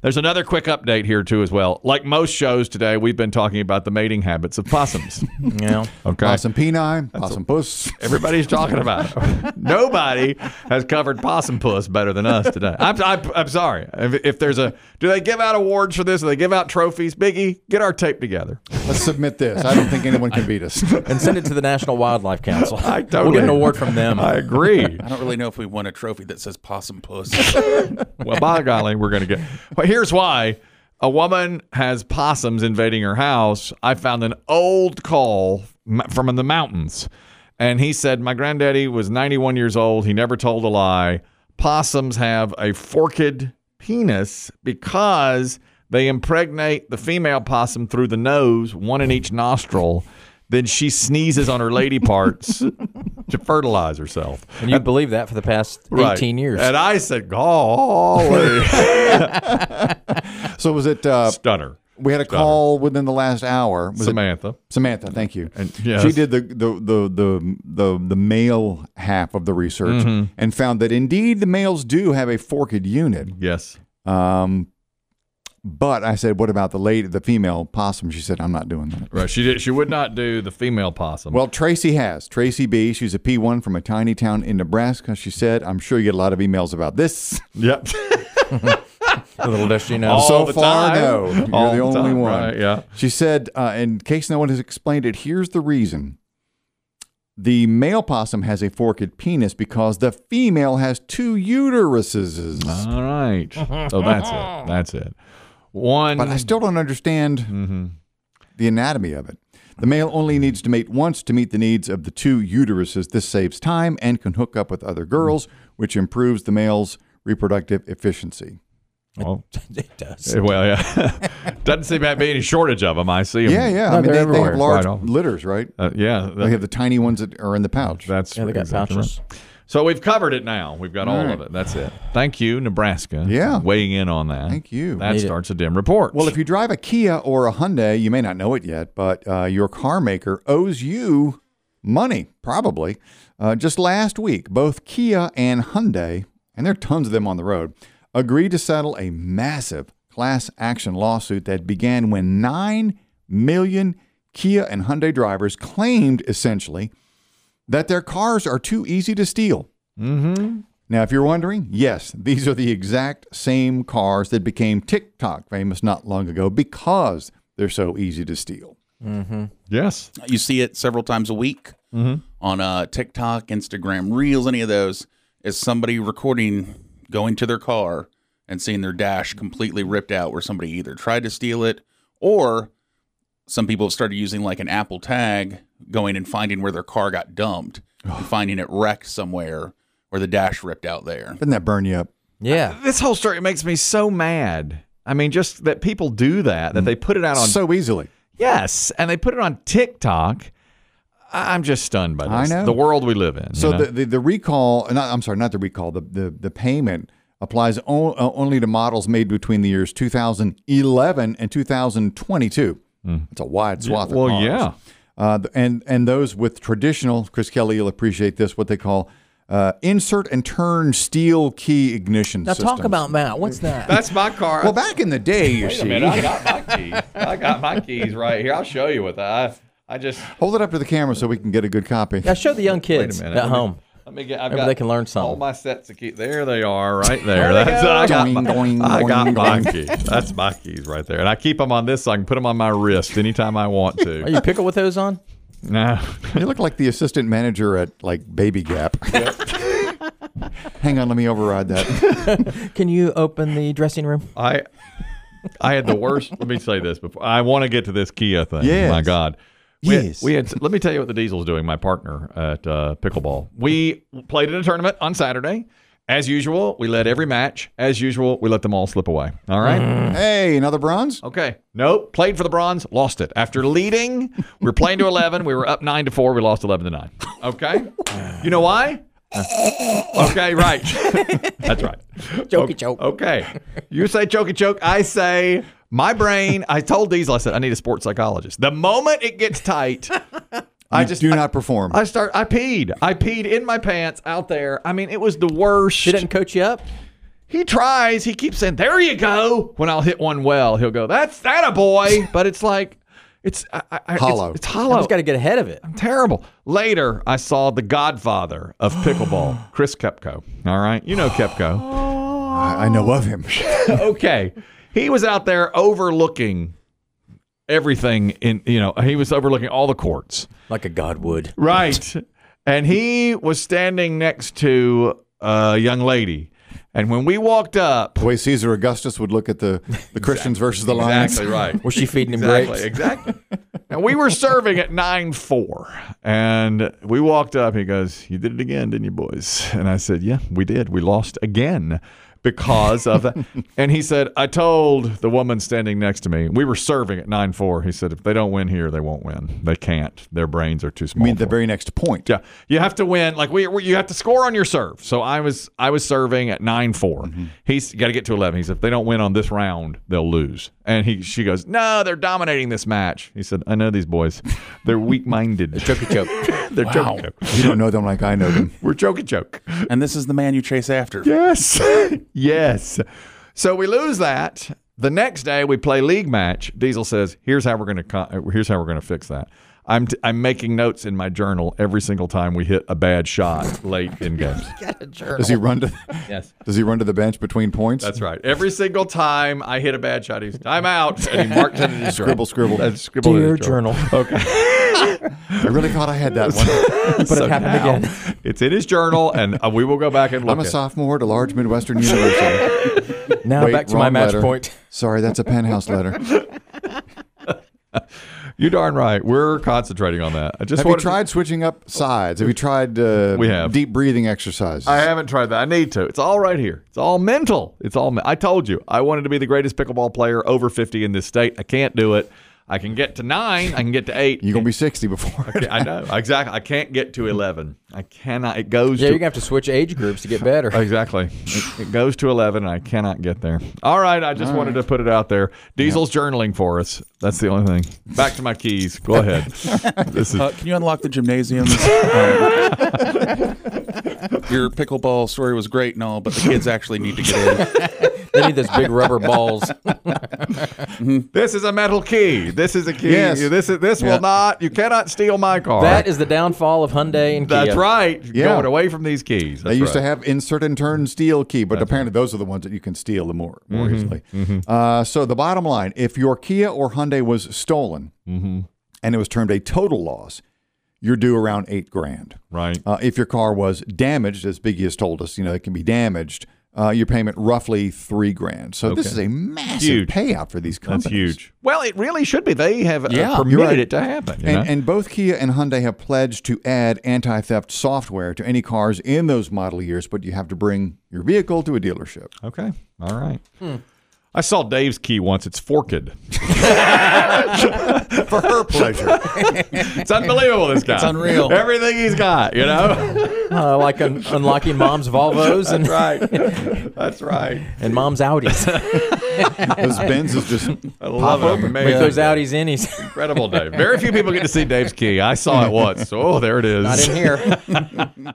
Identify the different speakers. Speaker 1: There's another quick update here too, as well. Like most shows today, we've been talking about the mating habits of possums.
Speaker 2: Yeah.
Speaker 1: Okay.
Speaker 3: Possum Peni, Possum Puss.
Speaker 1: Everybody's talking about it. Nobody has covered possum puss better than us today. I'm, I'm, I'm sorry. If, if there's a, do they give out awards for this? Do they give out trophies? Biggie, get our tape together.
Speaker 3: Let's submit this. I don't think anyone can beat us. I
Speaker 2: And send it to the National Wildlife Council.
Speaker 1: I
Speaker 2: We'll
Speaker 1: totally-
Speaker 2: get an award from them.
Speaker 1: I agree.
Speaker 4: I don't really know if we won a trophy that says possum puss.
Speaker 1: Well, by golly, we're going to get. Well, here's why. A woman has possums invading her house. I found an old call m- from the mountains. And he said, My granddaddy was 91 years old. He never told a lie. Possums have a forked penis because they impregnate the female possum through the nose, one in each nostril. Then she sneezes on her lady parts to fertilize herself.
Speaker 2: And you believe that for the past 18 years.
Speaker 1: And I said, Golly.
Speaker 3: So was it? Uh,
Speaker 1: Stunner.
Speaker 3: we had a call within the last hour. Was it-
Speaker 1: Samantha.
Speaker 3: Samantha, thank you.
Speaker 1: yes.
Speaker 3: She did the the, the the the the male half of the research
Speaker 1: Mm-hmm.
Speaker 3: and found that indeed the males do have a forked unit.
Speaker 1: Yes.
Speaker 3: Um, but I said, what about the lady, the female possum? She said, I'm not doing that.
Speaker 1: Right. She did she would not do the female possum.
Speaker 3: Well, Tracy has. Tracy B. She's a P1 from a tiny town in Nebraska. She said, I'm sure you get a lot of emails about this.
Speaker 1: yep.
Speaker 2: Little does she know.
Speaker 1: All
Speaker 3: so
Speaker 1: the
Speaker 3: far,
Speaker 1: time.
Speaker 3: no. You're
Speaker 1: All
Speaker 3: the
Speaker 1: the
Speaker 3: only
Speaker 1: time,
Speaker 3: one.
Speaker 1: right, yeah.
Speaker 3: She said, uh, in case no one has explained it, here's the reason. The male possum has a forked penis because the female has two uteruses.
Speaker 1: All right. So that's it. That's it. One
Speaker 3: But I still don't understand
Speaker 1: Mm-hmm.
Speaker 3: the anatomy of it. The male only needs to mate once to meet the needs of the two uteruses. This saves time and can hook up with other girls, which improves the male's reproductive efficiency.
Speaker 1: well,
Speaker 2: it does.
Speaker 1: eh, well, yeah. Doesn't seem to be any shortage of them. I see 'em.
Speaker 3: Yeah, yeah.
Speaker 2: No,
Speaker 3: I
Speaker 2: they're
Speaker 3: mean, they, they have
Speaker 2: everywhere.
Speaker 3: large
Speaker 1: Right on.
Speaker 3: litters, right?
Speaker 1: Uh, yeah. that-
Speaker 3: They have the tiny ones that are in the pouch.
Speaker 1: that's
Speaker 2: Yeah, they got
Speaker 1: exactly right.
Speaker 2: pouches.
Speaker 1: So we've covered it now. We've got all of it. That's it. Thank you, Nebraska.
Speaker 3: Yeah.
Speaker 1: Weighing in on that.
Speaker 3: Thank you.
Speaker 1: That
Speaker 2: Need it.
Speaker 1: starts a dim report.
Speaker 3: Well, if you drive a Kia or a Hyundai, you may not know it yet, but uh, your car maker owes you money, probably. Uh, just last week, both Kia and Hyundai, and there are tons of them on the road, agreed to settle a massive class action lawsuit that began when 9 million Kia and Hyundai drivers claimed essentially that their cars are too easy to steal. Now, if you're wondering, yes, these are the exact same cars that became TikTok famous not long ago because they're so easy to steal.
Speaker 1: yes.
Speaker 4: you see it several times a week on uh, TikTok, Instagram Reels, any of those. Is somebody recording going to their car and seeing their dash completely ripped out, where somebody either tried to steal it or some people have started using like an Apple tag, going and finding where their car got dumped, and finding it wrecked somewhere or the dash ripped out there.
Speaker 3: Doesn't that burn you up?
Speaker 2: Yeah.
Speaker 1: This whole story makes me so mad. I mean, just that people do that, that they put it out on
Speaker 3: So easily.
Speaker 1: Yes, and they put it on TikTok. I- I'm just stunned by
Speaker 3: I
Speaker 1: this.
Speaker 3: know.
Speaker 1: The world we live in.
Speaker 3: So
Speaker 1: you know?
Speaker 3: the, the, the recall, not, I'm sorry, not the recall, the, the, the payment applies o- uh, only to models made between the years 2011 and 2022. It's a wide swath
Speaker 1: well,
Speaker 3: of cars.
Speaker 1: Hmm. yeah.
Speaker 3: Uh, th- and, and those with traditional, Chris Kelly, you'll appreciate this, what they call uh, insert and turn steel key ignition
Speaker 2: Now
Speaker 3: systems.
Speaker 2: talk about that. What's that?
Speaker 1: that's my car.
Speaker 3: Well, back in the day, you see.
Speaker 1: I got my keys. I got my keys right here. I'll show you what I. I just
Speaker 3: Hold it up to the camera so we can get a good copy.
Speaker 2: Now show the young kids
Speaker 1: minute.
Speaker 2: at
Speaker 1: Let me-
Speaker 2: home.
Speaker 1: let me get. I've
Speaker 2: Maybe
Speaker 1: got
Speaker 2: they can learn
Speaker 1: All
Speaker 2: something.
Speaker 1: my sets of keys. There they are, right there. That's I got.
Speaker 3: Doing,
Speaker 1: my-
Speaker 3: doing,
Speaker 1: I got
Speaker 3: doing,
Speaker 1: my
Speaker 3: doing.
Speaker 1: keys. That's my keys right there, and I keep them on this so I can put them on my wrist anytime I want
Speaker 2: Are
Speaker 1: to.
Speaker 2: you pickle with those on?
Speaker 1: No.
Speaker 3: You look like the assistant manager at like Baby Gap. Hang on, let me override that.
Speaker 2: Can you open the dressing room?
Speaker 1: I I had the worst. let me say this before I want to get to this Kia thing.
Speaker 3: Yes.
Speaker 1: My God. We had-
Speaker 3: Yes.
Speaker 1: we had. Let me tell you what the Diesel's doing. My partner at uh, pickleball. We played in a tournament on Saturday. As usual, we led every match. As usual, we let them all slip away. All right.
Speaker 3: Mm-hmm. hey, another bronze?
Speaker 1: Okay. Nope. Played for the bronze, lost it. After leading, we were playing to 11. We were up 9 to 4. We lost 11 to 9. Okay. You know why? Okay, right. That's right.
Speaker 2: Jokey joke.
Speaker 1: Okay. You say chokey choke. I say my brain. I told Diesel, I said, I need a sports psychologist. The moment it gets tight,
Speaker 3: I just do not perform.
Speaker 1: I start, I peed. I peed in my pants out there. I mean, it was the worst.
Speaker 2: She didn't coach you up?
Speaker 1: He tries. He keeps saying, "There you go." When I'll hit one well, he'll go, "That's that a boy." But it's like, it's I, I, it's-
Speaker 3: Hollow.
Speaker 1: It's,
Speaker 2: I
Speaker 1: hollow.
Speaker 2: just got to get ahead of it.
Speaker 1: Terrible. Later, I saw the Godfather of pickleball, Chris Kepko. All right, you know Kepko
Speaker 3: I, I know of him.
Speaker 1: okay. He was out there overlooking everything in you know, he was overlooking all the courts.
Speaker 2: Like a god would.
Speaker 1: Right. and he was standing next to a young lady. And when we walked up
Speaker 3: the way Caesar Augustus would look at the, the Christians versus the Lions.
Speaker 1: Exactly right.
Speaker 2: Was she feeding him
Speaker 1: Exactly,
Speaker 2: grapes?
Speaker 1: exactly. Now we were serving at nine four, and we walked up. He goes, "You did it again, didn't you, boys?" And I said, "Yeah, we did. We lost again because of that." and he said, "I told the woman standing next to me. We were serving at nine four. He said, if they don't win here, they won't win. They can't. Their brains are too small."
Speaker 3: I mean,
Speaker 1: for
Speaker 3: the
Speaker 1: it."
Speaker 3: very next point.
Speaker 1: Yeah, you have to win. Like we, we, you have to score on your serve. So I was, I was serving at nine He's got to get to eleven. He said, if they don't win on this round, they'll lose. And he, she goes, no, they're dominating this match. He said, I know these boys, they're weak minded. they're choke choke. they're
Speaker 4: Wow.
Speaker 1: choke choke.
Speaker 3: You don't know them like I know them.
Speaker 1: We're choke choke.
Speaker 4: And this is the man you chase after.
Speaker 1: Yes. yes. So we lose that. The next day we play league match. Diesel says, "Here's how we're going to con- here's how we're going to fix that." I'm t- I'm making notes in my journal every single time we hit a bad shot late in games.
Speaker 3: Does he run to
Speaker 2: Yes.
Speaker 3: Does he run to the bench between points?
Speaker 1: That's right. Every single time I hit a bad shot, he's time out, and he marked it in his
Speaker 3: Scribble,
Speaker 1: journal.
Speaker 3: scribble.
Speaker 1: That's scribble in
Speaker 2: Dear
Speaker 1: his journal.
Speaker 2: journal.
Speaker 3: I really thought I had that one.
Speaker 2: But it happened
Speaker 1: Now,
Speaker 2: again.
Speaker 1: it's in his journal, and uh, we will go back and look.
Speaker 3: I'm a
Speaker 1: at it.
Speaker 3: sophomore at a large Midwestern university.
Speaker 2: Now
Speaker 3: Wait,
Speaker 2: back to my
Speaker 3: wrong
Speaker 2: match
Speaker 3: letter.
Speaker 2: point.
Speaker 3: Sorry, that's a penthouse letter.
Speaker 1: You darn right. We're concentrating on that. I just
Speaker 3: Have you
Speaker 1: wanted to-
Speaker 3: tried switching up sides? Have you tried uh,
Speaker 1: We have.
Speaker 3: deep breathing exercises?
Speaker 1: I haven't tried that. I need to. It's all right here. It's all mental. It's all. Me- I told you I wanted to be the greatest pickleball player over 50 in this state. I can't do it. I can get to nine. I can get to eight.
Speaker 3: You're gonna be 60 before. it.
Speaker 1: I know exactly. I can't get to 11. I cannot. It goes.
Speaker 2: Yeah,
Speaker 1: to,
Speaker 2: you're gonna have to switch age groups to get better.
Speaker 1: Exactly. It, it goes to 11, and I cannot get there. All right. I just wanted to put it out there. Diesel's journaling for us. That's the only thing. Back to my keys. Go ahead. this is.
Speaker 4: Uh, can you unlock the gymnasiums? Um, your pickleball story was great and all, but the kids actually need to get in.
Speaker 2: They need those big rubber balls.
Speaker 1: This is a metal key. This is a key.
Speaker 3: Yes.
Speaker 1: This is. This
Speaker 3: Yeah.
Speaker 1: will not. You cannot steal my car.
Speaker 2: That is the downfall of Hyundai and Kia.
Speaker 1: That's right.
Speaker 3: Yeah.
Speaker 1: Going away from these keys.
Speaker 3: They used to have insert and turn steel key, but apparently those are the ones that you can steal the more, more
Speaker 1: Mm-hmm,
Speaker 3: easily. Uh, so the bottom line: if your Kia or Hyundai was stolen
Speaker 1: Mm-hmm.
Speaker 3: and it was termed a total loss, you're due around eight grand.
Speaker 1: Right.
Speaker 3: Uh, if your car was damaged, as Biggie has told us, you know it can be damaged. Uh, your payment roughly three grand. So this is a massive
Speaker 1: Huge.
Speaker 3: payout for these companies.
Speaker 1: That's huge. Well, it really should be. They have uh,
Speaker 4: Yeah,
Speaker 1: permitted
Speaker 3: right.
Speaker 1: it to happen. you
Speaker 3: And,
Speaker 1: know?
Speaker 3: and both Kia and Hyundai have pledged to add anti theft software to any cars in those model years, but you have to bring your vehicle to a dealership.
Speaker 1: okay. All right. I saw Dave's key once. It's forked.
Speaker 3: For her pleasure.
Speaker 1: It's unbelievable. This guy. It's
Speaker 4: unreal.
Speaker 1: Everything he's got. You know.
Speaker 2: Uh, like un- unlocking mom's Volvos and,
Speaker 1: right. That's right.
Speaker 2: and mom's Audis.
Speaker 3: Those Benz is just
Speaker 1: I love
Speaker 3: Pop
Speaker 1: it.
Speaker 3: open.
Speaker 1: Man,
Speaker 2: Make those Audis in. He's
Speaker 1: incredible, Dave. Very few people get to see Dave's key. I saw it once. Oh, there it is.
Speaker 2: not in here.